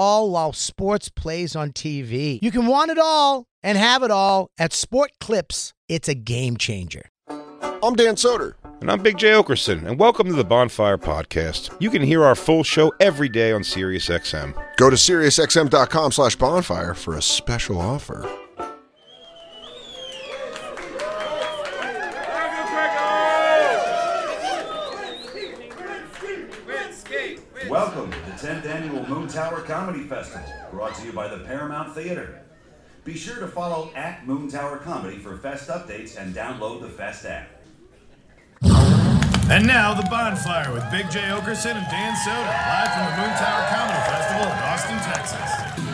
all while sports plays on TV. You can want it all and have it all at Sport Clips. It's a game changer. I'm Dan Soder. And I'm Big J. Okerson, and welcome to the Bonfire Podcast. You can hear our full show every day on SiriusXM. Go to SiriusXM.com slash bonfire for a special offer. Welcome to the 10th Annual Moon Tower Comedy Festival, brought to you by the Paramount Theater. Be sure to follow at Moon Tower Comedy for Fest updates and download the Fest app. And now the bonfire with Big J Okerson and Dan Soda, live from the Moon Tower Comedy Festival in Austin, Texas.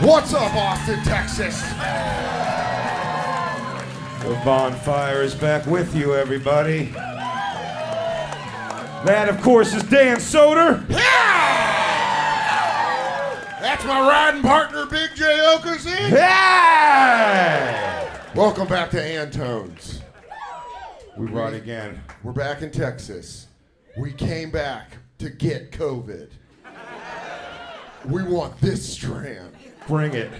What's up, Austin, Texas? The Bonfire is back with you, everybody. That, of course, is Dan Soder. That's my riding partner, Big J Okerson. Hey! Welcome back to Antones. We run again. We're back in Texas. We came back to get COVID. We want this strand. Bring it.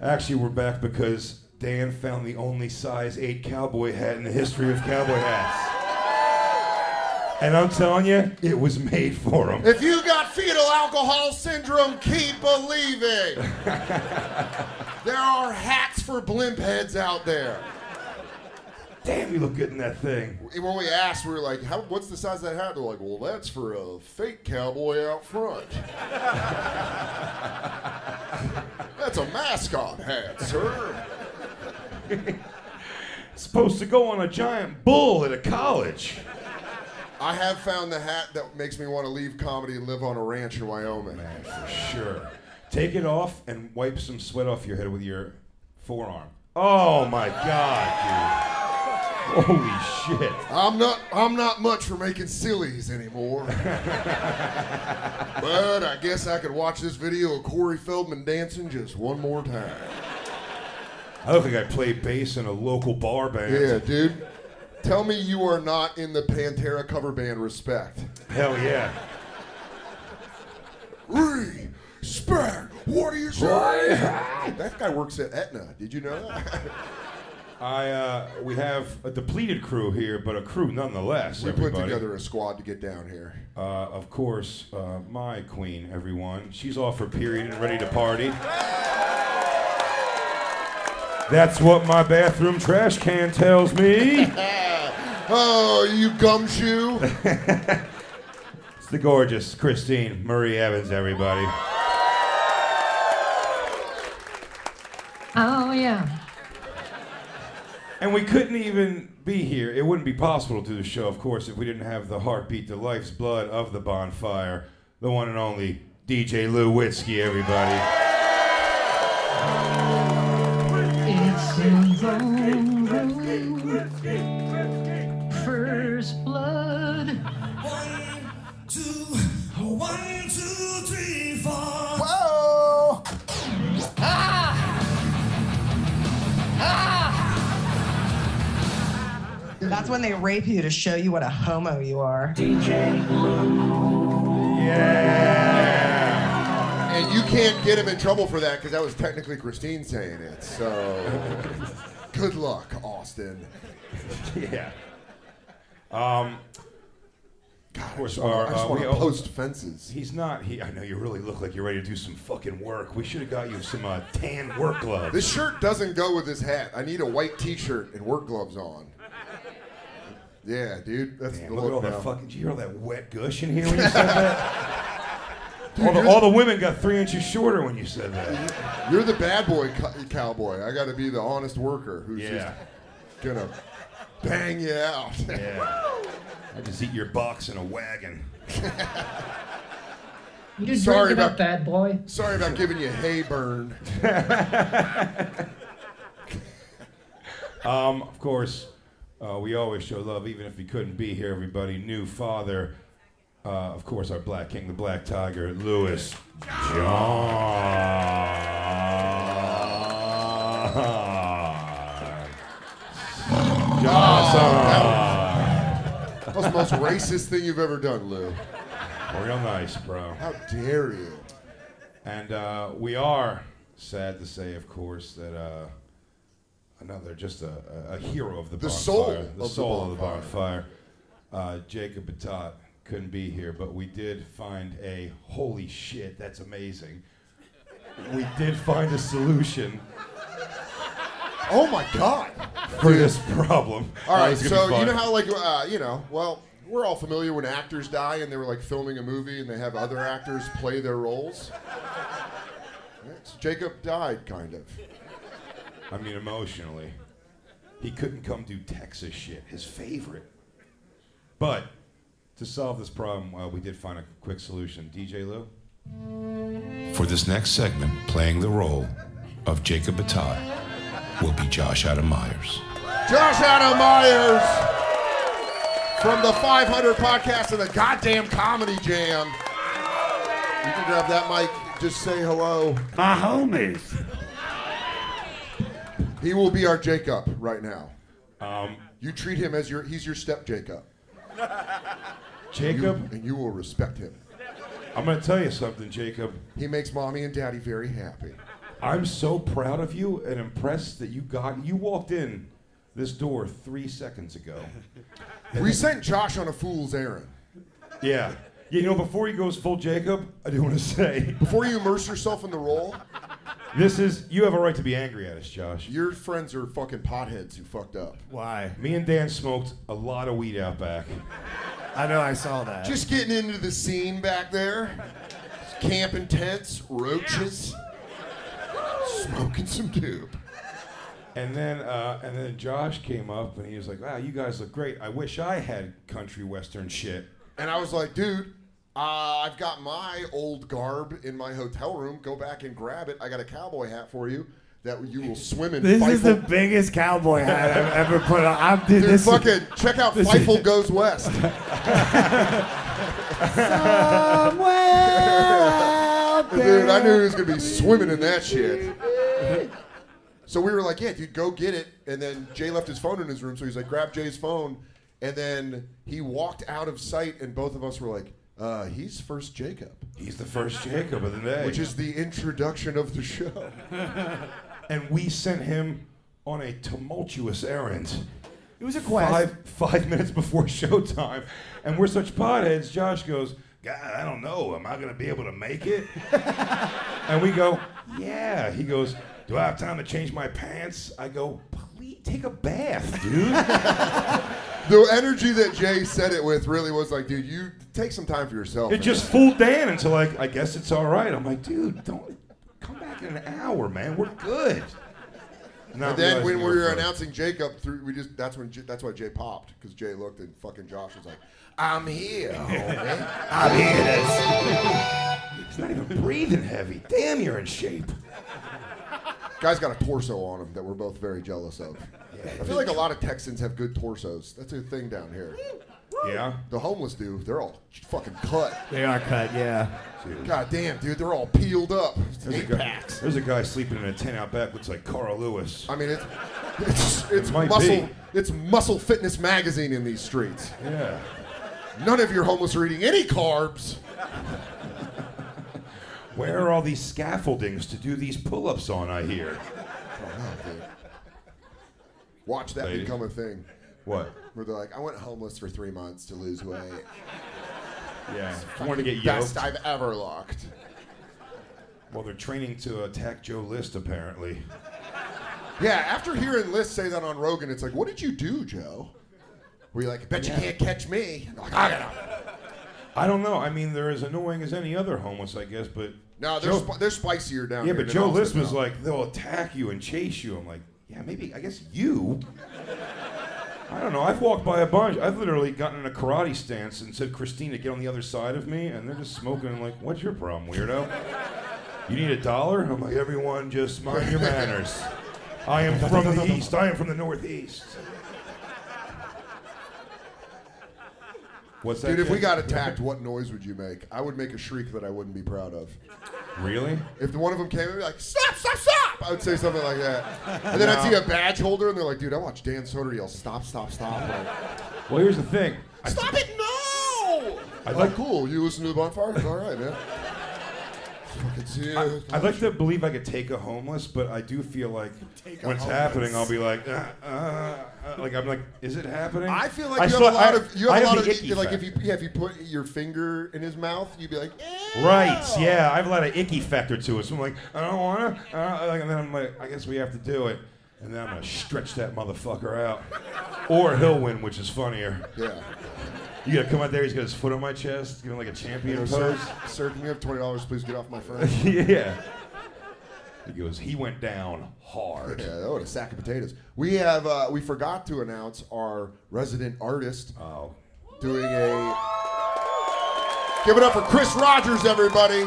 Actually, we're back because Dan found the only size 8 cowboy hat in the history of cowboy hats. And I'm telling you, it was made for him. If you got fetal alcohol syndrome, keep believing. there are hats for blimp heads out there. Damn, you look good in that thing. When we asked, we were like, How, what's the size of that hat? They're like, well, that's for a fake cowboy out front. that's a mascot hat, sir. Supposed to go on a giant bull at a college. I have found the hat that makes me want to leave comedy and live on a ranch in Wyoming. Man, for sure. Take it off and wipe some sweat off your head with your forearm. Oh my god, dude. Holy shit. I'm not I'm not much for making sillies anymore. but I guess I could watch this video of Corey Feldman dancing just one more time. I look like I played bass in a local bar band. Yeah, dude. Tell me you are not in the Pantera cover band respect. Hell yeah. Respect! What are you saying? that guy works at Etna. Did you know that? I uh, we have a depleted crew here, but a crew nonetheless. we put everybody. together a squad to get down here. Uh, of course, uh, my queen, everyone. She's off her period and ready to party. That's what my bathroom trash can tells me. Uh, Oh, you gumshoe! It's the gorgeous Christine Marie Evans, everybody. Oh yeah. And we couldn't even be here. It wouldn't be possible to do the show, of course, if we didn't have the heartbeat, the life's blood of the bonfire, the one and only DJ Lou Whiskey, everybody. It's in the room. First blood. Whoa! That's when they rape you to show you what a homo you are. Yeah. And you can't get him in trouble for that because that was technically Christine saying it. So Good luck, Austin. yeah. God, of Um, course, I just wanna- our, I just uh, want we to all- post fences. He's not. He, I know you really look like you're ready to do some fucking work. We should have got you some uh, tan work gloves. This shirt doesn't go with his hat. I need a white T-shirt and work gloves on. Yeah, dude, that's Man, the look at all look now. that fucking. Did you hear all that wet gush in here when you said that? all, the, all the women got three inches shorter when you said that. You're the bad boy co- cowboy. I got to be the honest worker who's Yeah. just gonna bang you out. Yeah. I just eat your box in a wagon. You didn't Sorry bring it up, about- bad boy. Sorry about giving you hay burn. Um, of course, uh, we always show love, even if he couldn't be here. Everybody, new father, uh, of course, our black king, the black tiger, Lewis John. That was the most racist thing you've ever done, Lou. Real nice, bro. How dare you? And uh, we are sad to say, of course, that uh, another just a, a, a hero of the, The bonfire, soul of the the soul of the bonfire. bonfire, uh, Jacob Batat couldn't be here, but we did find a holy shit, that's amazing. We did find a solution Oh my God! for this problem. All Oh, right, it's gonna so be you fun. know how like uh, you know, well, we're all familiar when actors die and they were like filming a movie and they have other actors play their roles. Right, so Jacob died, kind of. I mean, emotionally. He couldn't come do Texas shit, his favorite. But to solve this problem, uh, we did find a quick solution. DJ Lou? For this next segment, playing the role of Jacob Batai will be Josh Adam Myers. Josh Adam Myers from the 500 podcast and the goddamn comedy jam. You can grab that mic. Just say hello. My homies. He will be our Jacob right now. Um, you treat him as your he's your step Jacob. You- Jacob, and you will respect him. I'm going to tell you something, Jacob. He makes mommy and daddy very happy. I'm so proud of you and impressed that you got. You walked in this door three seconds ago. We sent Josh on a fool's errand. yeah. Yeah, you know, before he goes full Jacob, I do want to say Before you immerse yourself in the role, this is. You have a right to be angry at us, Josh. your friends are fucking potheads who fucked up. Why? Me and Dan smoked a lot of weed out back. I know I saw that. Just getting into the scene back there. Camping tents, roaches, smoking some doob. And then, uh, and then Josh came up and he was like, "Wow, you guys look great. I wish I had country western shit." And I was like, dude, uh, I've got my old garb in my hotel room. Go back and grab it. I got a cowboy hat for you that you will swim in. This is the Fifle. biggest cowboy hat I've ever put on. I'm, dude, Dude, this is- fucking check out Feifel Goes West. Dude, I knew he was gonna be swimming in that shit. So we were like, yeah, dude, go get it. And then Jay left his phone in his room, so he's like, grab Jay's phone. And then he walked out of sight, and both of us were like, uh, he's first Jacob, He's the first Jacob of the day, which is the introduction of the show. and we sent him on a tumultuous errand. It was a quest. Five five minutes before showtime, and we're such potheads. Josh goes, "God, I don't know. Am I gonna be able to make it?" and we go, "Yeah." He goes, "Do I have time to change my pants?" I go, "Please take a bath, dude." The energy that Jay said it with really was like, dude, you take some time for yourself. It just fooled Dan into like, I guess it's all right. I'm like, dude, don't come back in an hour, man. We're good. Not And then realizing when we we were first. announcing Jacob, through we just that's when J- that's why Jay popped because Jay looked and fucking Josh was like, "I'm here, homie. I'm here. that's- He's not even breathing heavy. Damn, you're in shape. Guy's got a torso on him that we're both very jealous of. I feel like a lot of Texans have good torsos. That's a thing down here. Yeah. The homeless do. They're all fucking cut. They are cut, yeah. God damn, dude, they're all peeled up. Eight guy, packs. there's a guy sleeping in a tent out back. Looks like Carl Lewis. I mean, it's it's it's might muscle be. it's muscle fitness magazine in these streets. Yeah. None of your homeless are eating any carbs. Where are all these scaffoldings to do these pull-ups on? I hear. Oh, dude. Watch that Ladies. become a thing. What? Where they're like, I went homeless for three months to lose weight. Yeah. It's I want to fucking get best yoked. I've ever locked. Well, they're training to attack Joe List, apparently. Yeah, after hearing Liz say that on Rogan, it's like, what did you do, Joe? Were you like, I bet you can't catch me? I'm like, I don't know. I don't know. I mean, they're as annoying as any other homeless, I guess, but. No, they're, Joe- sp- they're spicier down Yeah, here but than Joe Austin, List was though. like, they'll attack you and chase you. I'm like, yeah, maybe, I guess you. I don't know. I've walked by a bunch. I've literally gotten in a karate stance and said, Christina, get on the other side of me. And they're just smoking. I'm like, what's your problem, weirdo? You need a dollar? I'm like, everyone, just mind your manners. I am from the East. I am from the Northeast. What's that? Dude, if we Jay? got attacked, what noise would you make? I would make a shriek that I wouldn't be proud of. Really? If one of them came and be like, stop, stop, stop! I would say something like that. And then I'd No. see a badge holder and they're like, dude, I watched Dan Soder yell, stop, stop, stop. Like, Well, here's the thing. I- stop it, no! I'd oh, like- cool. You listen to the bonfire? All right, man. Fucking I, dude. I'd like to believe I could take a homeless, but I do feel like Take a when it's homeless. happening, I'll be like, uh, uh, uh, like I'm like, is it happening? I feel like I you still- have a lot I- of you have I a lot the of icky like if you factor. yeah, if you put your finger in his mouth, you'd be like, eh. "Ew." Right, yeah, I have a lot of icky factor to it. So I'm like, I don't want to, like, and then I'm like, I guess we have to do it, and then I'm gonna stretch that motherfucker out, or he'll win, which is funnier. Yeah. You gotta come out there. He's got his foot on my chest, giving like a champion You know, sir, pose. sir, can you have twenty dollars? Please get off my phone. yeah. He goes, he went down hard. Yeah, oh, what a sack of potatoes. We have uh, we forgot to announce our resident artist uh, Oh, doing a. Give it up for Chris Rogers, everybody.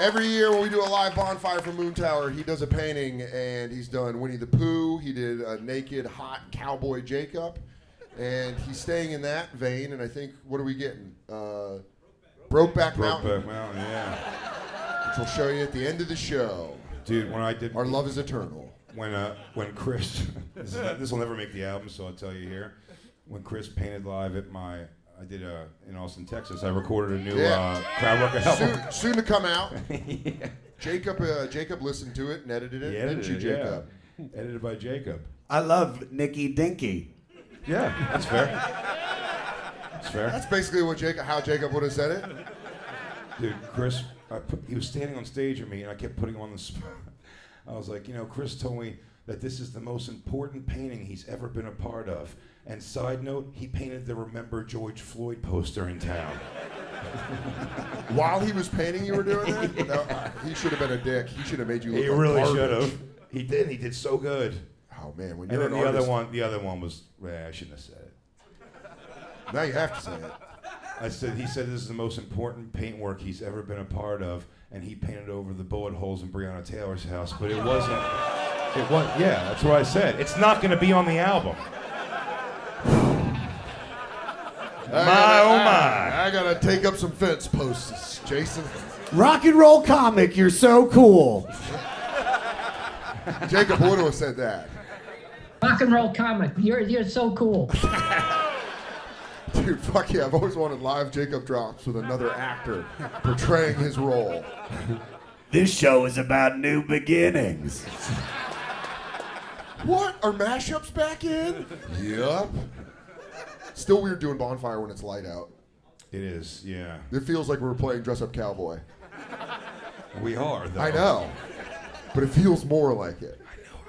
Every year when we do a live bonfire for Moon Tower, he does a painting, and he's done Winnie the Pooh. He did a naked, hot cowboy Jacob, and he's staying in that vein. And I think what are we getting? Uh, Brokeback Mountain, Brokeback Mountain, yeah. which we'll show you at the end of the show. Dude, when I did Our love is eternal. when uh, when Chris this, is not- this will never make the album, so I'll tell you here. When Chris painted live at my I did uh, in Austin, Texas. I recorded a new Yeah. uh, crowd work album. soon, soon to come out. Jacob, uh, Jacob listened to it and edited it. He didn't you, edited it, Jacob? yeah. Edited by Jacob. I love Nicky Dinky. Yeah, that's fair. That's fair. That's basically what Jacob, how Jacob would have said it. Dude, Chris, I put, he was standing on stage with me, and I kept putting him on the spot. I was like, you know, Chris told me that this is the most important painting he's ever been a part of. And side note, he painted the Remember George Floyd poster in town. While he was painting, you were doing that. No, uh, he should have been a dick. He should have made you look. he like really garbage. should have. He did. He did so good. Oh man, when And you're an then the artist, other one, the other one was, eh, I shouldn't have said it. now you have to say it. I said, he said this is the most important paint work he's ever been a part of, and he painted over the bullet holes in Breonna Taylor's house, but it wasn't. It was, yeah, that's what I said. It's not going to be on the album. My oh I gotta take up some fence posts, Jason. Rock and roll comic, you're so cool. Jacob would have said that. Rock and roll comic. You're you're so cool. Dude, fuck yeah! I've always wanted live Jacob drops with another actor portraying his role. This show is about new beginnings. What? Are mashups back in? yep. Still weird doing bonfire when it's light out. It is, yeah. It feels like we're playing dress up cowboy. We are, though. I know. But it feels more like it.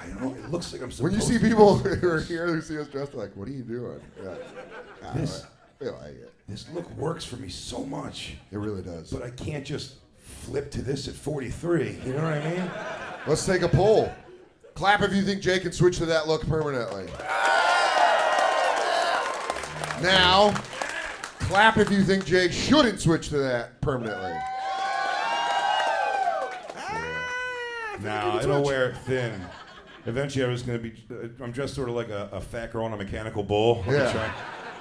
I know. It looks like I'm supposed When you see to be people doing who are this. here who see us dressed, they're like, what are you doing? Yeah. I don't This- know. I feel like it. This look works for me so much, It really does. but I can't just flip to this at 43. You know what I mean? Let's take a poll. Clap if you think Jake can switch to that look permanently. Now, clap if you think Jake shouldn't switch to that permanently. Nah, it'll wear thin. Eventually, I was gonna be. uh, I'm dressed sort of like a, a fat girl on a mechanical bull. I'll be Yeah. trying-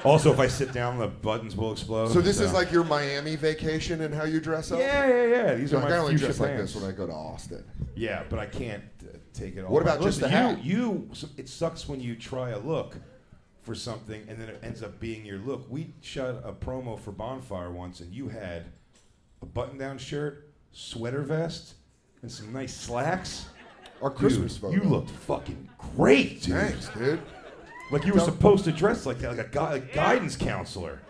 Also, if I sit down, the buttons will explode. So this is like your Miami vacation and how you dress up. Yeah, yeah, yeah. These So are I my can only future dress like plans. this when I go to Austin. Yeah, but I can't uh, take it all. What back. about just Listen, the hat? You, you, so it sucks when you try a look for something and then it ends up being your look. We shot a promo for Bonfire once, and you had a button-down shirt, sweater vest, and some nice slacks. Our Christmas Dude, photo. You looked fucking great, dude. Thanks, dude. Like you were supposed to dress like that, like a, gui- a guidance counselor.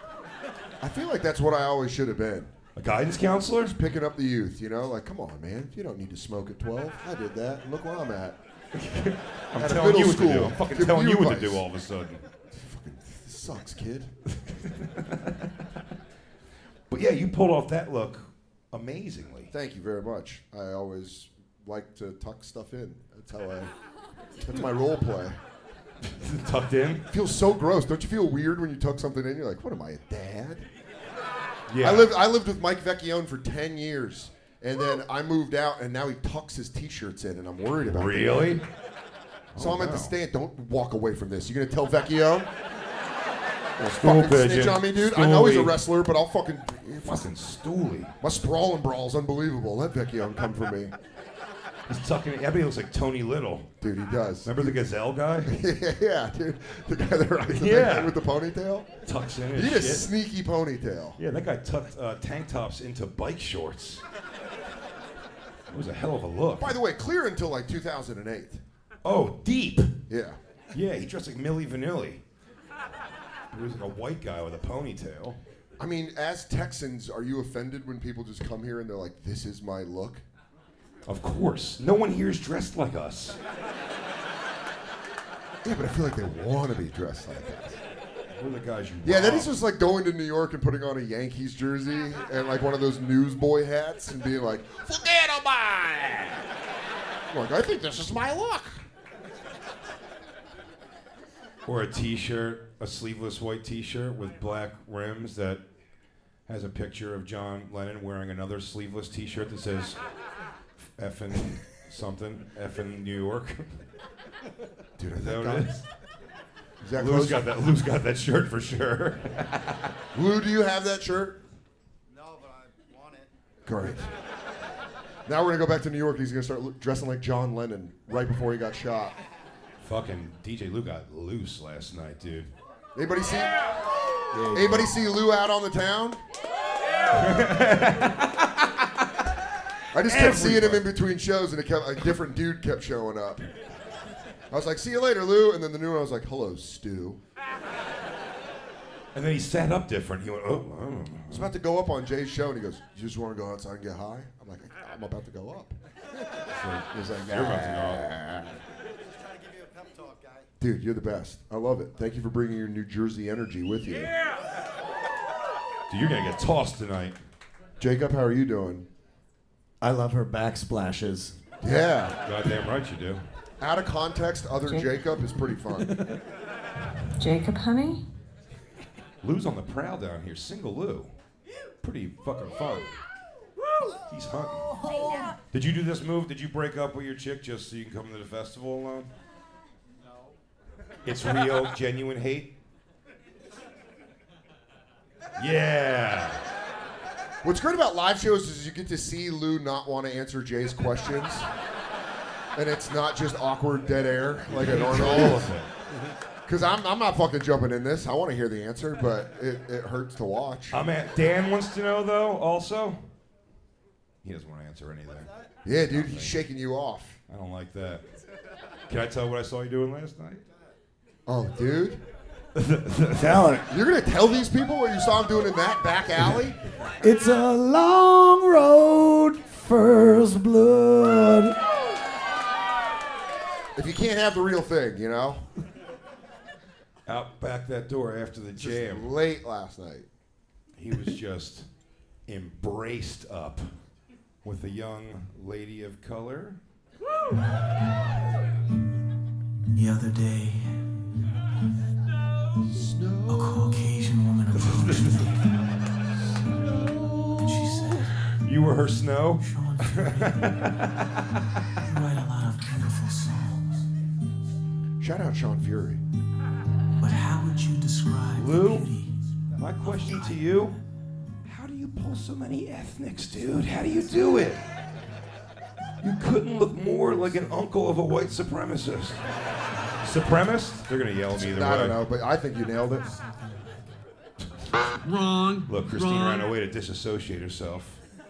I feel like that's what I always should have been. A guidance counselor? Just picking up the youth, you know? Like, come on, man. You don't need to smoke at 12. I did that. Look where I'm at. I'm At a telling middle you what to do. school. I'm fucking Give telling me you what to advice. do all of a sudden. Sucks, kid. But yeah, you pulled off that look amazingly. Thank you very much. I always like to tuck stuff in. That's how I. That's my role play. Tucked in? Feels so gross. Don't you feel weird when you tuck something in? You're like, what am I, a dad? Yeah. I lived I lived with Mike Vecchione for ten years, and then I moved out, and now he tucks his t-shirts in, and I'm worried about. it. Really? So Oh, I'm at wow. the stand. Don't walk away from this. You gonna tell Vecchio? stool fucking snitch pigeon. on me, dude. I know he's a Stoolie. wrestler, but I'll fucking fucking stoolie. My sprawling brawl's unbelievable. Let Vecchio come for me, He's tucking it. Everybody looks like Tony Little. dude. He does. Remember the gazelle guy? yeah, dude. The guy that rides the Yeah. big thing with the ponytail. Tucks in He his had a shit. sneaky ponytail. Yeah, that guy tucked uh, tank tops into bike shorts. It was a hell of a look. By the way, clear until like 2008. Oh, deep. Yeah. Yeah, he dressed like Millie Vanilli. He was like a white guy with a ponytail. I mean, as Texans, are you offended when people just come here and they're like, "This is my look"? Of course, no one here is dressed like us. Yeah, but I feel like they want to be dressed like that. We're the guys you Yeah, that is robbed. just like going to New York and putting on a Yankees jersey and like one of those newsboy hats and being like, Forget about it. "Look, I think this is my look." Or a T-shirt, a sleeveless white T-shirt with black rims that has a picture of John Lennon wearing another sleeveless T-shirt that says "effing something, effing New York." Dude, I is that think what I'm- it is? Is that Lou's close? got that. Lou's got that shirt for sure. Lou, do you have that shirt? No, but I want it. Great. Now we're gonna go back to New York. He's gonna start lo- dressing like John Lennon right before he got shot. Fucking DJ Lou got loose last night, dude. Anybody see? Anybody see Lou out on the town? I just kept seeing him in between shows, and it kept, a different dude kept showing up. I was like, "See you later, Lou," and then the new one, I was like, "Hello, Stu." And then he sat up different. He went, "Oh, I don't know." I was about to go up on Jay's show, and he goes, "You just want to go outside and get high?" I'm like, "I'm about to go up." He's like, You're about to "Nah." Dude, you're the best. I love it. Thank you for bringing your New Jersey energy with you. Dude, you're gonna get tossed tonight. Jacob, how are you doing? I love her backsplashes. Yeah. Goddamn right you do. Out of context, other Jake- Jacob is pretty fun. Jacob, honey? Lou's on the prowl down here. Single Lou. Pretty fucking fun. He's hunting. Did you do this move? Did you break up with your chick just so you can come to the festival alone? No. It's real, genuine hate. Yeah. What's great about live shows is you get to see Lou not want to answer Jay's questions. And it's not just awkward dead air like a normal. All of it. Because I'm, I'm not fucking jumping in this. I want to hear the answer, but it, it hurts to watch. I'm at Dan wants to know though, also. He doesn't want to answer anything. Yeah, dude, he's shaking you off. I don't like that. Can I tell what I saw you doing last night? Oh, dude. Tell You're going to tell these people what you saw him doing in that back alley? It's a long road, first blood. If you can't have the real thing, you know? Out back that door after the jam. late last night. He was just embraced up with a young lady of color. The other day, a Caucasian woman approached me. And she said, You were her snow? You write a lot of beautiful songs, Shout out Sean Fury. but how would you describe Lou, my question to you How do you pull so many ethnics, dude? How do you do it? You couldn't look more like an uncle of a white supremacist. Supremacist? They're going to yell at me either I way. don't know, but I think you nailed it. Wrong. Look, Christine Wrong. ran away to disassociate herself.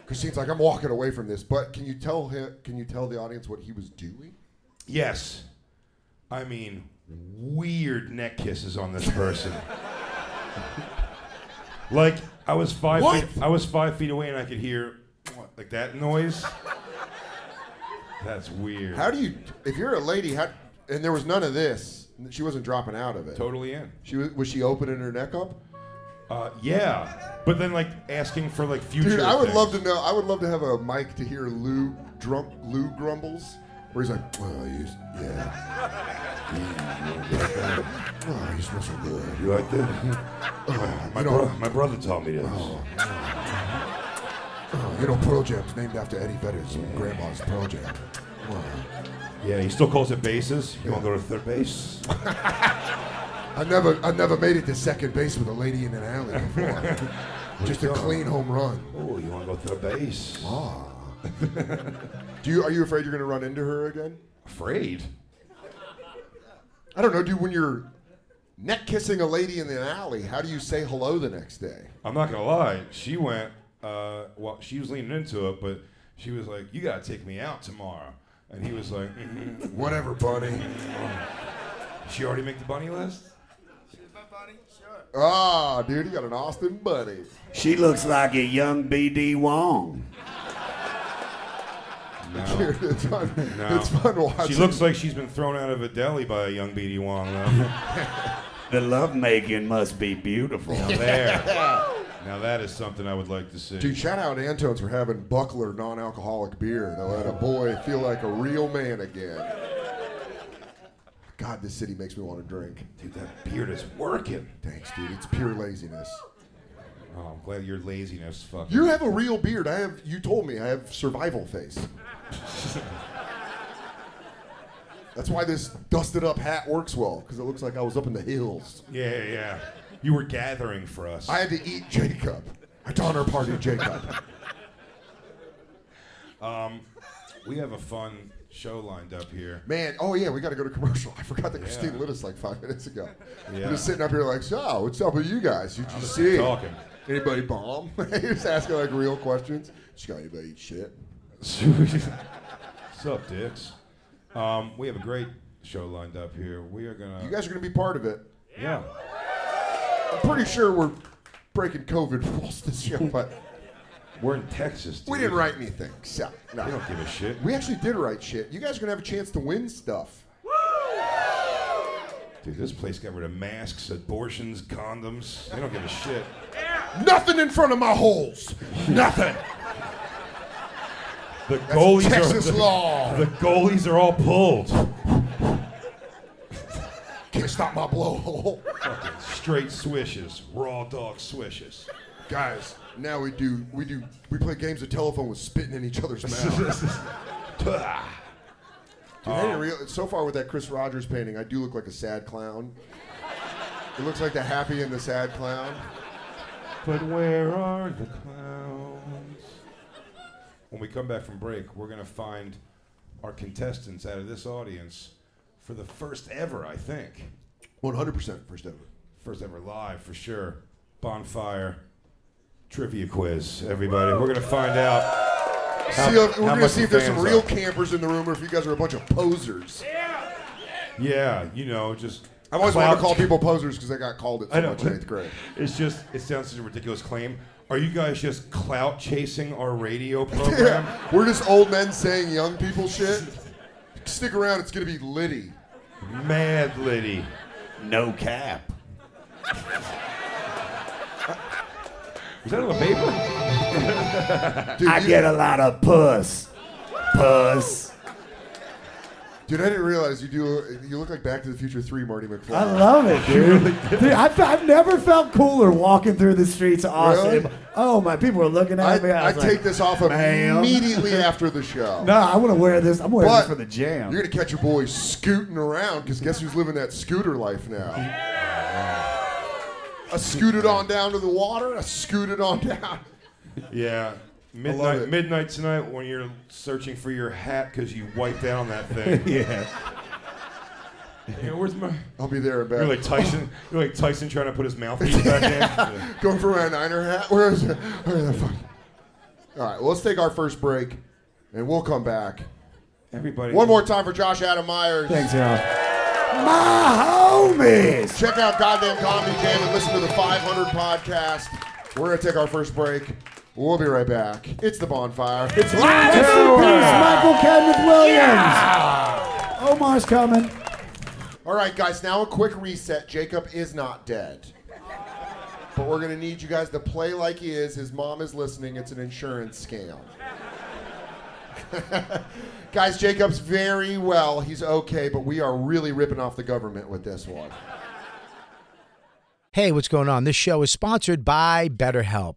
Christine's like, I'm walking away from this, but can you tell him? Can you tell the audience what he was doing? Yes. I mean, weird neck kisses on this person. like I was five. What? Feet, I was five feet away, and I could hear like that noise. That's weird. How do you, if you're a lady, how, and there was none of this, she wasn't dropping out of it. Totally in. She was, was she opening her neck up? Uh, yeah, but then like asking for like future. Dude, I would things. love to know. I would love to have a mic to hear Lou drum, Lou grumbles, where he's like, "Well, you, s- yeah, Mm, oh, you smell so good. You like that? Oh, My, you bro- know, my brother taught me this. oh, you know, Pearl Jam's named after Eddie Vedder's grandma's Pearl Jam. Yeah, he still calls it bases. You want to go to third base? I never, I never made it to second base with a lady in an alley before. Just a clean home run. Oh, you want to go third base? Ah. do you? Are you afraid you're going to run into her again? Afraid? I don't know, dude. When you're neck kissing a lady in the alley, how do you say hello the next day? I'm not gonna lie. She went. Uh, well, she was leaning into it, but she was like, "You gotta take me out tomorrow," and he was like, Mm-hmm. mhm. Whatever, bunny. She already make the bunny list. Ah, dude, you got an Austin buddy. She looks like a young BD Wong. Dude, it's fun. No. It's fun watching. She looks like she's been thrown out of a deli by a young BD Wong. Though. The lovemaking must be beautiful. now there. Now that is something I would like to see. Dude, shout out to Antones for having Buckler non-alcoholic beer. That let a boy feel like a real man again. God, this city makes me want to drink. Dude, that beard is working. Thanks, dude. It's pure laziness. Oh, I'm glad your laziness fucking. You have a real beard. I have. You told me I have survival face. That's why this dusted up hat works well because it looks like I was up in the hills. Yeah, yeah, yeah. You were gathering for us. I had to eat Jacob. I donner party Jacob. Um, we have a fun show lined up here. Man, oh yeah, we got to go to commercial. I forgot that Yeah. Christine lit us like five minutes ago. Yeah. I'm just sitting up here like, so what's up with you guys? Did you just see talking. anybody bomb? He was asking like real questions. Just got anybody eat shit? What's up, dicks? Um, we have a great show lined up here. We are gonna. You guys are going to be part of it. Yeah. I'm pretty sure we're breaking COVID rules this year, but We're in Texas. Dude. we didn't write anything. So, no. We don't give a shit. We actually did write shit. You guys are going to have a chance to win stuff. Dude, this place got rid of masks, abortions, condoms. They don't give a shit. Nothing in front of my holes. Nothing. The goalies Texas are the, law. the goalies are all pulled. Can't stop my blowhole. Fucking straight swishes, raw dog swishes. Guys, now we do we do we play games of telephone with spitting in each other's mouths. Dude, I didn't real- so far with that Chris Rogers painting, I do look like a sad clown. It looks like the happy and the sad clown. But where are the clowns? When we come back from break, we're gonna find our contestants out of this audience for the first ever, I think. 100% first ever. First ever live for sure. Bonfire trivia quiz, everybody. We're gonna find out. see how- if, how we're gonna much see the if there's some fans real are. campers in the room, or if you guys are a bunch of posers. Yeah, you know, just. I've always wanted to clout- call people posers because I got called it so I know. much in eighth grade. It's just, it sounds such a ridiculous claim. Are you guys just clout chasing our radio program? We're just old men saying young people shit. Stick around; it's gonna be litty. Mad Liddy. No cap. Is that on the paper? Dude, I you- get a lot of puss. Puss. Dude, I didn't realize you do. You look like Back to the Future Three, Marty McFly. I love it, dude. Dude, I've, I've never felt cooler walking through the streets of Austin. Really? Oh, my people were looking at me. I, I, I was like, take this off "Ma'am." immediately after the show. No, I want to wear this. I'm wearing But this for the jam. You're gonna catch your boy scooting around because guess who's living that scooter life now? I scooted on down to the water. I scooted on down. Yeah. it. Midnight, midnight tonight when you're searching for your hat because you wiped out on that thing. Yeah. Yeah, where's my? I'll be there in You're about like Tyson. You're like Tyson trying to put his mouthpiece back in. Yeah. Going for my Niner hat? Where is it? Where the fuck? All right, well, let's take our first break, and we'll come back. Everybody. One more time for Josh Adam Myers. Thanks, y'all. My homies. Check out Goddamn Comedy Jam and listen to the 500 podcast. We're going to take our first break. We'll be right back. It's the bonfire. It's Rest in peace, Michael Kenneth Williams. Omar's coming. All right, guys, now a quick reset. Jacob is not dead. But we're going to need you guys to play like he is. His mom is listening. It's an insurance scam. guys, Jacob's very well. He's okay, but we are really ripping off the government with this one. Hey, what's going on? This show is sponsored by BetterHelp.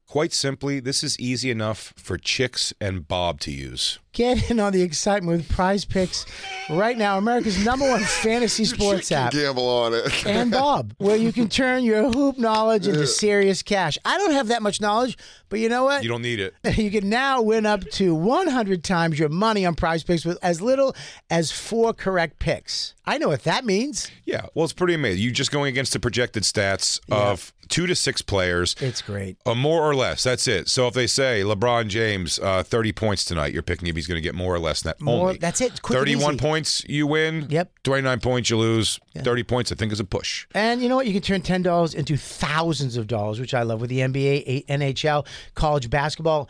Quite simply, this is easy enough for Chicks and Bob to use. Get in on the excitement with Prize Picks right now, America's number one fantasy sports app. Gamble on it. and Bob, where you can turn your hoop knowledge into serious cash. I don't have that much knowledge, but you know what? You don't need it. You can now win up to 100 times your money on prize picks with as little as four correct picks. I know what that means. Yeah, well, it's pretty amazing. You're just going against the projected stats of two to six players, It's great. uh, more or less. That's it. So if they say LeBron James, uh, 30 points tonight, you're picking if he's going to get more or less than that. More- only. that's it. Quick and 31 easy. points, you win. Yep. 29 points, you lose. 30 points, I think, is a push. And you know what? You can turn ten dollars into thousands of dollars, which I love with the NBA, A- NHL, college basketball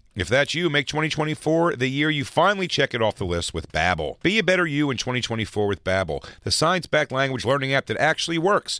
If that's you, make 2024 the year you finally check it off the list with Babbel. Be a better you in 2024 with Babbel, the science-backed language learning app that actually works.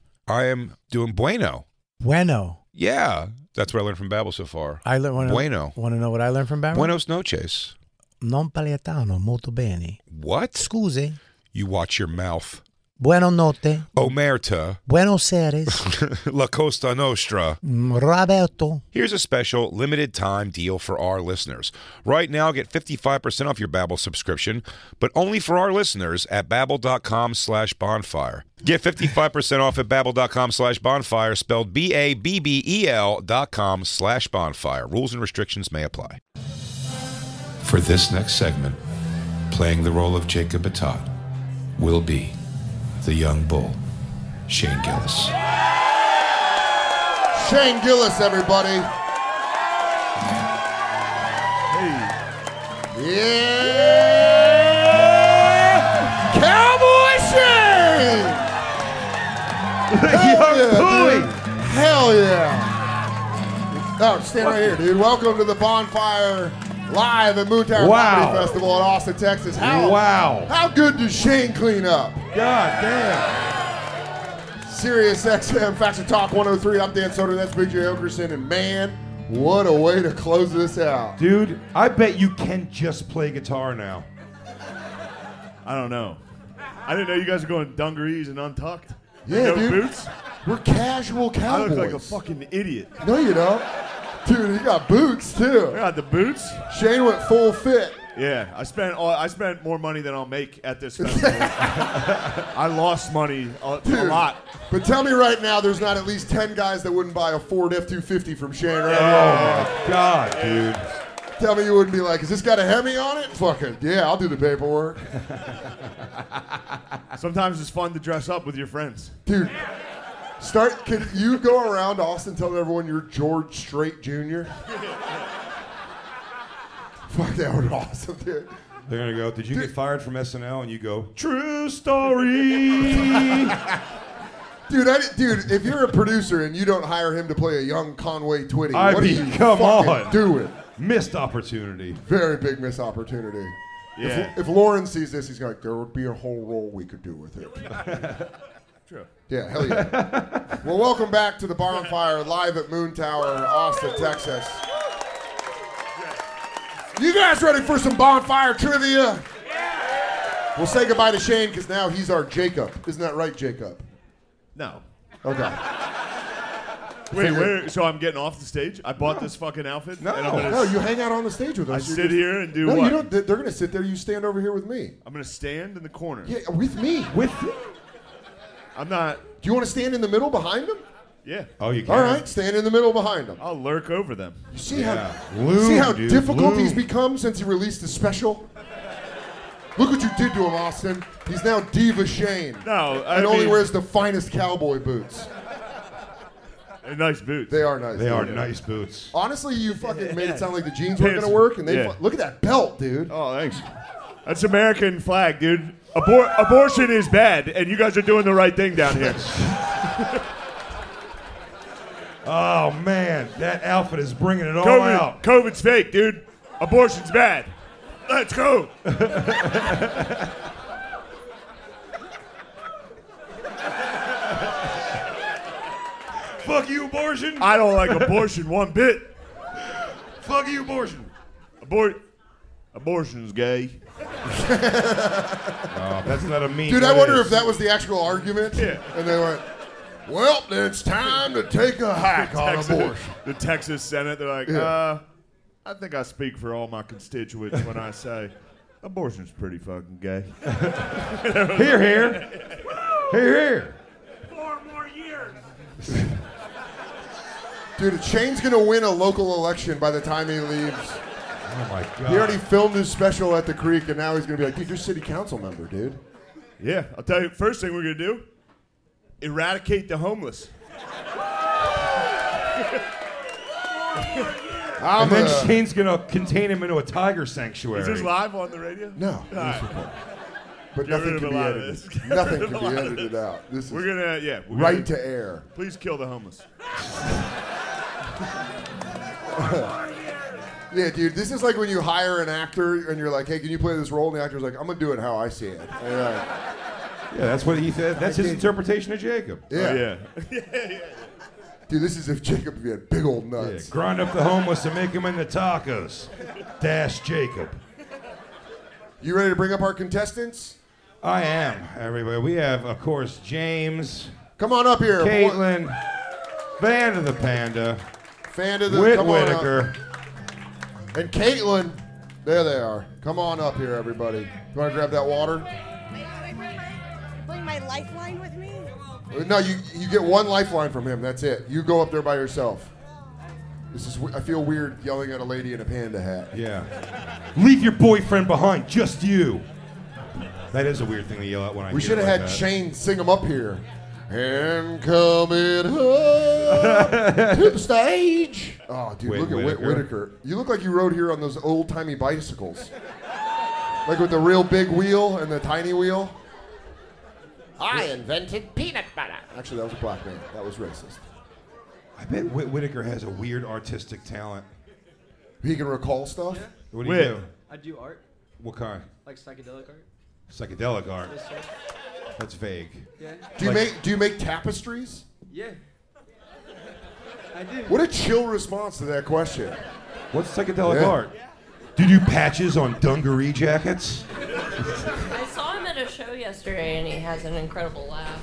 I am doing bueno. Bueno. Yeah, that's what I learned from Babbel so far. I learned bueno. Want to know what I learned from Barry? Buenos noches. Non paletano molto bene. What? Scusi. You watch your mouth. Bueno notte. Omerta. Buenos Aires. La Costa Nostra. Roberto. Here's a special limited time deal for our listeners. Right now, get 55% off your Babbel subscription, but only for our listeners at babbel.com slash bonfire. Get 55% off at babbel.com slash bonfire, spelled B-A-B-B-E-L E dot com slash bonfire. Rules and restrictions may apply. For this next segment, playing the role of Jacob Batat will be the young bull, Shane Gillis. Shane Gillis, everybody. Yeah. Cowboy Shane. Hell yeah, dude. Hell yeah. Oh, stand right here, dude. Welcome to the Bonfire Live at Moon Tower Wow. Comedy Festival in Austin, Texas. How, Wow. How good does Shane clean up? God damn. Sirius XM, Faction Talk 103. I'm Dan Soder. That's Big J. Okerson. And man, what a way to close this out. Dude, I bet you can just play guitar now. I don't know. I didn't know you guys were going dungarees and untucked. Yeah, no dude. boots. We're casual I cowboys. look like a fucking idiot. no, you don't. Dude, he got boots too. I got the boots. Shane went full fit. Yeah, I spent all, I spent more money than I'll make at this festival. I lost money a, a Dude. lot. But tell me right now, there's not at least 10 guys that wouldn't buy a Ford F 250 from Shane right now. Oh my God, dude. Tell me you wouldn't be like, has this got a Hemi on it? Fuck it. Yeah, I'll do the paperwork. Sometimes it's fun to dress up with your friends. Dude, start. Can you go around Austin telling everyone you're George Strait Jr.? Fuck, that would be awesome, dude. They're gonna go. Did you get fired from SNL? And you go. True story. Dude, I, di- dude, if you're a producer and you don't hire him to play a young Conway Twitty, I what mean, are you come fucking on. doing? Missed opportunity. Very big missed opportunity. If- Yeah. If, Lauren sees this, he's going, there would be a whole role we could do with it. True. Yeah, hell yeah. well, welcome back to the Bonfire live at Moon Tower in Austin, Texas. You guys ready for some bonfire trivia? We'll say goodbye to Shane because now he's our Jacob. Isn't that right, Jacob? No. Okay. Wait, Figure- wait. So I'm getting off the stage. I bought this fucking outfit. No, and I'm gonna No, you hang out on the stage with I us. You're sit just- here and do no, what? You don't, they're going to sit there. You stand over here with me. I'm gonna stand in the corner. Yeah, with me. With. Do I'm not. you want to stand in the middle behind him? Yeah. Oh, you can. All right, stand in the middle behind him. I'll lurk over them. You see Yeah. how Lube, see how dude, difficult lube. he's become since he released his special. Look what you did to him, Austin. He's now Diva Shane. No, I and only mean- wears the finest cowboy boots. They're nice boots. They are nice. They are Yeah. nice boots. Honestly, you fucking made it sound like the jeans Yeah. weren't gonna work, and they Yeah. fu- look at that belt, dude. Oh, thanks. That's American flag, dude. Abor- abortion is bad, and you guys are doing the right thing down here. Oh man, that outfit is bringing it all COVID, out. COVID's fake, dude. Abortion's bad. Let's go. Fuck you, abortion. I don't like abortion one bit. Fuck you, abortion. Abor- abortion's gay. Oh, that's not a meme. Dude, I that wonder is. if that was the actual argument. Yeah. And they went, well, then it's time to take a hike on Texas- abortion. The Texas Senate, they're like, Yeah. uh, I think I speak for all my constituents when I say abortion's pretty fucking gay. Here, here. Here, here. Four more years. Dude, Shane's going to win a local election by the time he leaves. Oh my god. He already filmed his special at the creek, and now he's going to be like, dude, you're city council member, dude. Yeah, I'll tell you. First thing we're gonna do: eradicate the homeless. and I'm then a- Shane's gonna contain him into a tiger sanctuary. Is this live on the radio? No. All right. But Get nothing rid of can a be lot of edited. this. Get Nothing rid of can a be lot of edited this. out. This is we're gonna yeah. We're right gonna, to air. Please kill the homeless. Yeah, dude, this is like when you hire an actor and you're like, hey, can you play this role? And the actor's like, I'm going to do it how I see it. And you're like, Yeah, that's what he said. That's his interpretation of Jacob. Yeah. Oh, Dude, this is if Jacob if he had big old nuts. Grind up the homeless and make them into tacos. Dash Jacob. You ready to bring up our contestants? I am. Everybody, we have, of course, James. Come on up here. Caitlin. Van of the Panda. Fan of the Whit come on up. Whitaker. And Caitlin, there they are. Come on up here, everybody. You want to grab that water? Bring my lifeline with me? No, you you get one lifeline from him. That's it. You go up there by yourself. This is. I feel weird yelling at a lady in a panda hat. Yeah. Leave your boyfriend behind, just you. That is a weird thing to yell out when I We hear should it have like had that. Shane sing them up here. And coming up to the stage. Oh, dude, Whit look at Whit Whitaker. Whitaker. You look like you rode here on those old timey bicycles, like with the real big wheel and the tiny wheel. I invented peanut butter. Actually, that was a black man. That was racist. I bet Whit Whitaker has a weird artistic talent. He can recall stuff. What do you do? I do art, What kind? like psychedelic art. Psychedelic art. Yes, sir. That's vague. Yeah. Do you Like- make Do you make tapestries? Yeah. I do. What a chill response to that question. What's psychedelic Yeah. art? Do you do patches on dungaree jackets? I saw him at a show yesterday and he has an incredible laugh.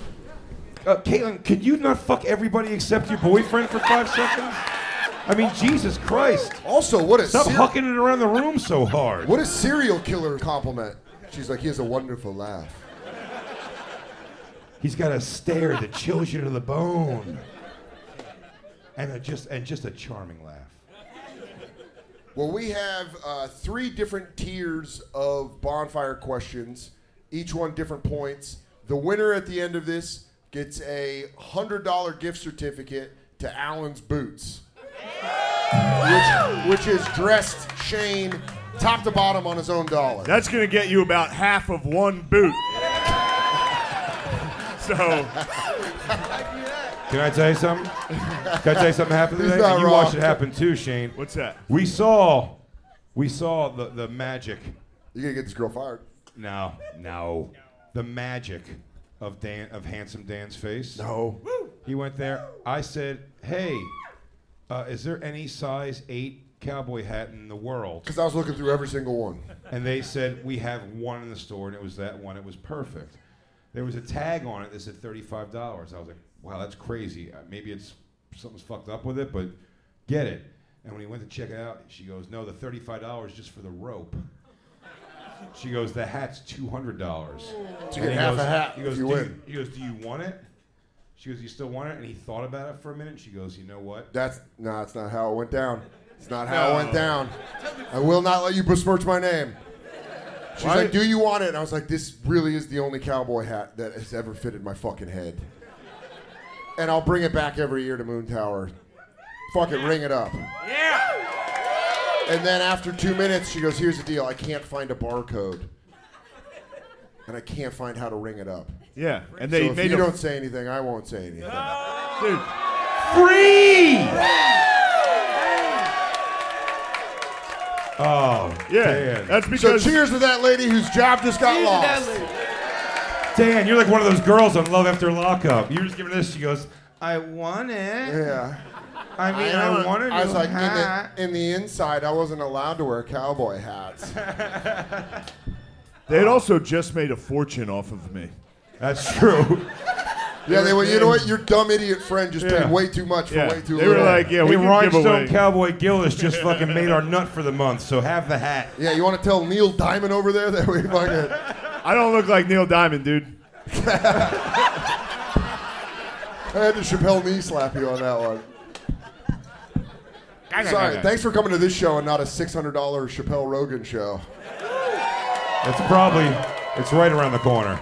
Uh, Caitlin, could you not fuck everybody except your boyfriend for five seconds? I mean, Jesus Christ. Also, what a Stop ser- hucking it around the room so hard. What a serial killer compliment. She's like, he has a wonderful laugh. He's got a stare that chills you to the bone, and a just and just a charming laugh. Well, we have uh, three different tiers of bonfire questions, each one different points. The winner at the end of this gets a $100 gift certificate to Allen's Boots, which, which is dressed Shane top to bottom on his own dollar. That's gonna get you about half of one boot. so Can I tell you something? Can I tell you something happened He's today? not And you wrong. watched it happen too, Shane. What's that? We saw, we saw the the magic. You gotta get this girl fired. No, no, the magic of Dan of handsome Dan's face. No. He went there. I said, "Hey, uh, is there any size eight cowboy hat in the world?" Because I was looking through every single one. And they said, We have one in the store, and it was that one. It was perfect. There was a tag on it that said $35. I was like, Wow, that's crazy. Uh, Maybe it's something's fucked up with it, but get it. And when he went to check it out, she goes, No, the $35 is just for the rope. She goes, The hat's $200. And So you get he half goes- a hat He if goes, you "Do win." He goes, Do you want it? She goes, You still want it? And he thought about it for a minute. And she goes, You know what? That's no, that's not how it went down. It's not how it went No. down. I will not let you besmirch my name. She's Why- like, "Do you want it?" And I was like, "This really is the only cowboy hat that has ever fitted my fucking head." And I'll bring it back every year to Moon Tower. Fucking ring it up. Yeah. And then after two minutes, she goes, "Here's the deal. I can't find a barcode, and I can't find how to ring it up." yeah, and they so if made you a- Ah. don't say anything, I won't say anything. dude. Free! Oh, Yeah, Dan. that's because- so cheers to that lady whose job just got lost. Dan, you're like one of those girls on Love After Lockup. You're just giving this. She goes, I want it. Yeah. I mean, I, don't- wanted I was to like, hat. In, the, in the inside, I wasn't allowed to wear cowboy hats. They had also just made a fortune off of me. That's true. yeah, they were. You know what? Your dumb idiot friend just Yeah. paid way too much for Yeah. way too They little. were like, yeah, Hey, we can give Rhinestone away. Cowboy Gillis just fucking made our nut for the month, so have the hat. Yeah, you want to tell Neil Diamond over there that we fucking. I don't look like Neil Diamond, dude. I had to Chappelle knee slap you on that one. Sorry. Thanks for coming to this show and not a six hundred dollar Chappelle Rogan show. It's probably, it's right around the corner.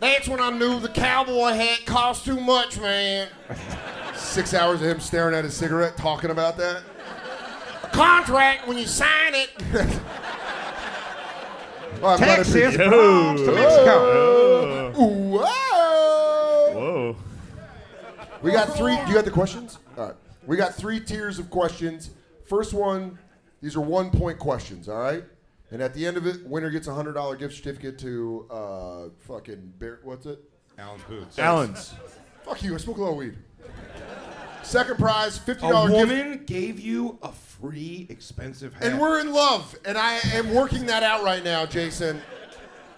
That's when I knew the cowboy hat cost too much, man. Six hours of him staring at his cigarette, talking about that. A contract when you sign it. Oh, I'm glad I Texas appreciate- belongs to Mexico. Whoa. Whoa. We got three. You got the questions? All right. We got three tiers of questions. First one, these are one point questions, all right? And at the end of it, winner gets a $100 gift certificate to uh, fucking Bear. What's it? Allen's Boots. Allen's. Fuck you. I smoke a lot of weed. Second prize, $50 A gift. woman gave you a free expensive hat. And we're in love, and I am working that out right now, Jason.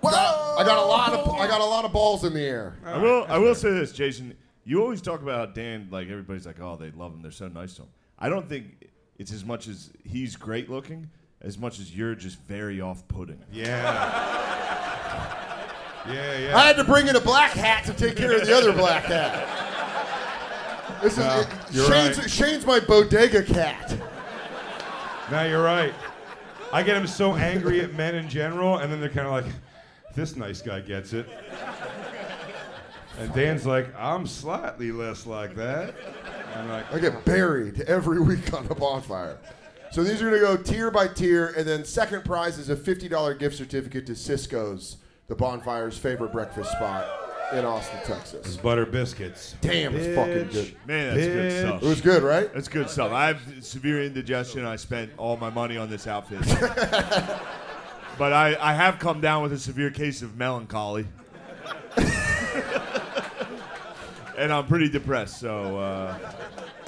Got- I got a lot of I got a lot of balls in the air. I will. I will say this, Jason. You always talk about how Dan. Like everybody's like, oh, they love him. They're so nice to him. I don't think it's as much as he's great looking, as much as you're just very off-putting. Yeah. yeah, yeah. I had to bring in a black hat to take care of the other black hat. This is Well, it- you're Shane's, right. Shane's my bodega cat. No, you're right. I get him so angry at men in general, and then they're kind of like, this nice guy gets it. And Dan's like, I'm slightly less like that. I'm like, I get buried every week on a bonfire. So these are gonna go tier by tier, and then second prize is a fifty dollar gift certificate to Cisco's, the bonfire's favorite breakfast spot in Austin, Texas. butter biscuits. Damn, it's fucking good. Man, that's good stuff. It was good, right? That's good stuff. I have severe indigestion. I spent all my money on this outfit. but I, I have come down with a severe case of melancholy. and I'm pretty depressed, so. Uh,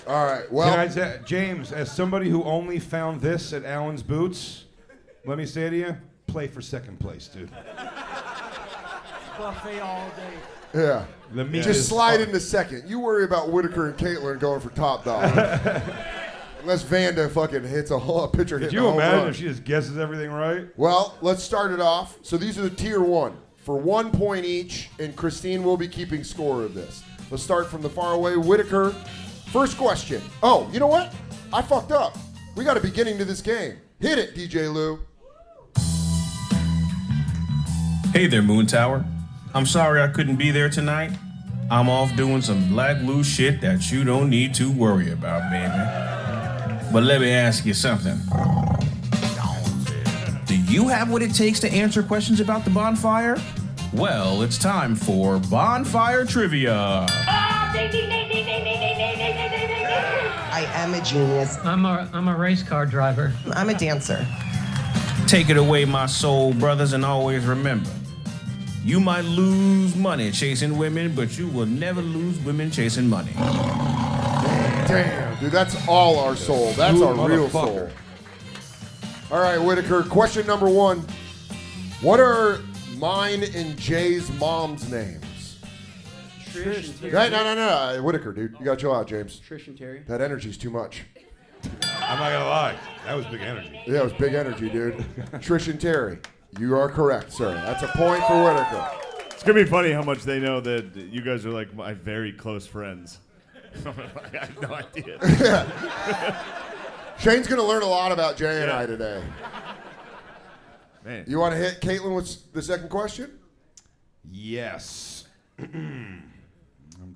All right, Can I say- James, as somebody who uh, only found this at Allen's Boots, let me say to you, play for second place, dude. Buffet all day. Yeah. The meat Just is- slide into second. You worry about Whitaker and Caitlin going for top dollar. Unless Vanda fucking hits a, whole, a pitcher Could hitting you a home imagine run. if she just guesses everything right? Well, let's start it off. So these are the tier one for one point each, and Christine will be keeping score of this. Let's start from the faraway Whitaker. First question. Oh, you know what? I fucked up. We got a beginning to this game. Hit it, DJ Lou. Hey there, Moon Tower. I'm sorry I couldn't be there tonight. I'm off doing some black blue shit that you don't need to worry about, baby. But let me ask you something. Do you have what it takes to answer questions about the bonfire? Well, it's time for bonfire trivia. I am a genius. I'm a I'm a race car driver. I'm a dancer. Take it away, my soul brothers, and always remember you might lose money chasing women, but you will never lose women chasing money. Damn, dude, that's all our soul. That's You our real soul. motherfucker. All right, Whitaker, question number one. What are mine and Jay's mom's names? Trish and Terry. No, no, no, no, no. Whitaker, dude. You got to chill out, James. Trish and Terry. That energy's too much. I'm not gonna lie, that was big energy. Yeah, it was big energy, dude. Trish and Terry, you are correct, sir. That's a point for Whitaker. it's going to be funny how much they know that you guys are like my very close friends. I have no idea. Shane's going to learn a lot about Jay and I today. Man. You want to hit Caitlin with s- the second question? Yes. I'm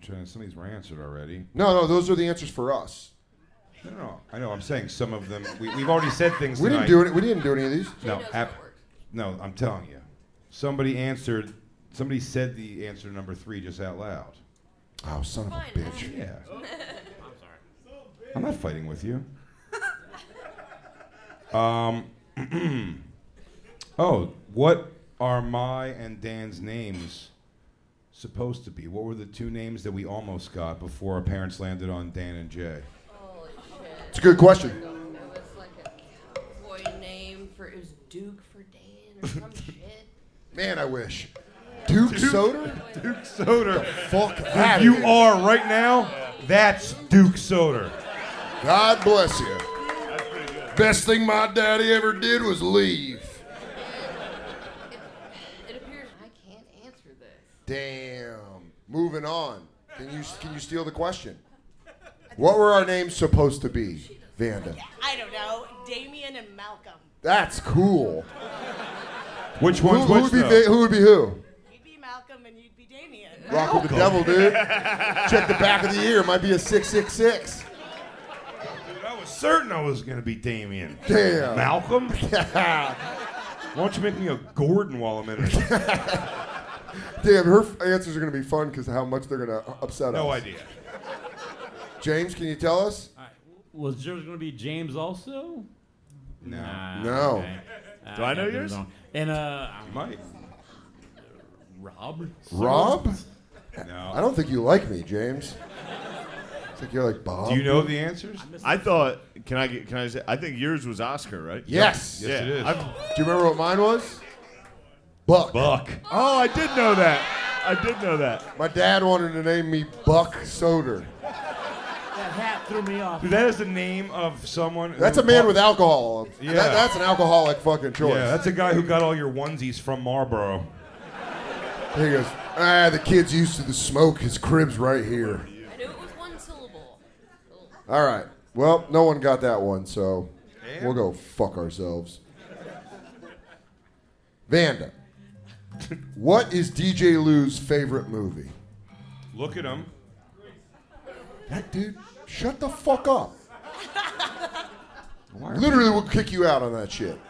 trying. Some of these were answered already. No, no, those are the answers for us. No, no, no. I know. I'm saying some of them. We, we've already said things. We didn't tonight. do it. We didn't do any of these. No, hap- no. I'm telling you, somebody answered. Somebody said the answer number three just out loud. Oh, son of a bitch. Yeah. I'm not fighting with you. Um. oh, what are my and Dan's names supposed to be? What were the two names that we almost got before our parents landed on Dan and Jay? Oh, It's a good question. Boy name for it was Duke for Dan or some shit. Man, I wish. Duke, Soder? Duke Soder. fuck If outta you here. are right now. That's Duke Soder. God bless you. Best thing my daddy ever did was leave. It appears I can't answer this. Damn. Moving on. Can you can you steal the question? What were our names supposed to be, Vanda? I don't know. Damien and Malcolm. That's cool. Which one's who, who which, Would be, though? va- who would be who? You'd be Malcolm and you'd be Damien. Rock with the devil, dude. Check the back of the ear. Might be a six six six. I was certain I was going to be Damien. Damn. Malcolm? Why don't you make me a Gordon while I'm in it? Damn, her f- answers are gonna be fun because how much they're gonna upset us. No idea. James, can you tell us? Was yours going to be James also? No. Nah, No. okay. Do I got know them yours? wrong. And uh, Mike. Rob. Rob? No. I don't think you like me, James. It's like you're like Bob. answers? I thought. Can I get? Can I say? I think yours was Oscar, right? Yes. Yeah. I've- Do you remember what mine was? Buck. Buck. Oh, I did know that. I did know that. My dad wanted to name me Buck Soder. That hat threw me off. Dude, that is the name of someone. who- That's a man with alcohol. Yeah. That- that's an alcoholic fucking choice. Yeah, that's a guy who got all your onesies from Marlboro. He goes, ah, the kid's used to the smoke. His crib's right here. I knew it was one syllable. All right. Well, no one got that one, so Damn. we'll go fuck ourselves. Vanda, what is DJ Lou's favorite movie? Look at him. That dude, shut the fuck up. Literally, we'll kick you out on that shit.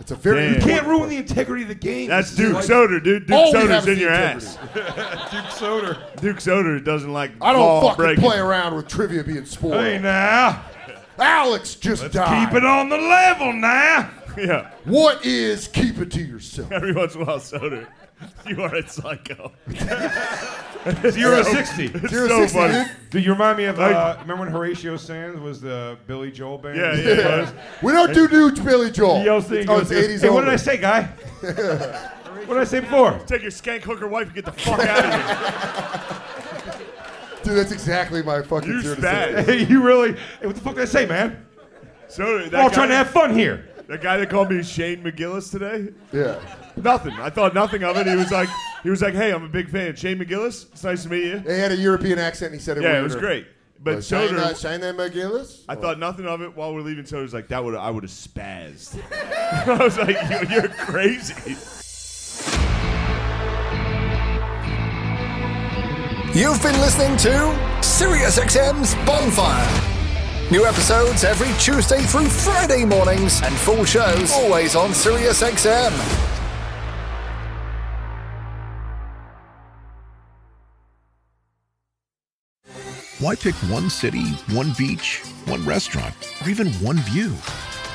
It's a very Damn. You can't important- ruin the integrity of the game. That's Duke Soder, dude. Duke All Oh, we have Soder's is in the your integrity. ass. Duke Soder. Duke Soder doesn't like. I don't ball fucking breaking. play around with trivia being spoiled. Hey, now. Alex just died. keep it on the level now. Yeah. What is keep it to yourself? Every once in a while, Soder. You are a psycho. Zero sixty. It's Zero so 60, funny. dude. Dude, you remind me of. Uh, I- remember when Horatio Sands was the Billy Joel band? Yeah, yeah, it was. We don't do new Billy Joel. He yells thing, he oh, goes, it's he goes, 80s Hey, what did only. I say, guy? what did I say before? Take your skank hooker wife and get the fuck out of here. Dude, that's exactly my fucking You zero to spat. sixty. Hey, you really? Hey, what the fuck did I say, man? Soder, that We're all guy- trying to have fun here. That guy that called me Shane McGillis today, Yeah. nothing. I thought nothing of it. He was like, he was like, hey, I'm a big fan. Shane McGillis, it's nice to meet you. They had a European accent and he said it Yeah, it weirder. was great. But Uh, Shine Soder- that- Shine that McGillis? I thought nothing of it while we're leaving. Soder's like, that would I would have spazzed. I was like, you, you're crazy. You've been listening to SiriusXM's Bonfire. New episodes every Tuesday through Friday mornings, and full shows always on SiriusXM. Why pick one city, one beach, one restaurant, or even one view?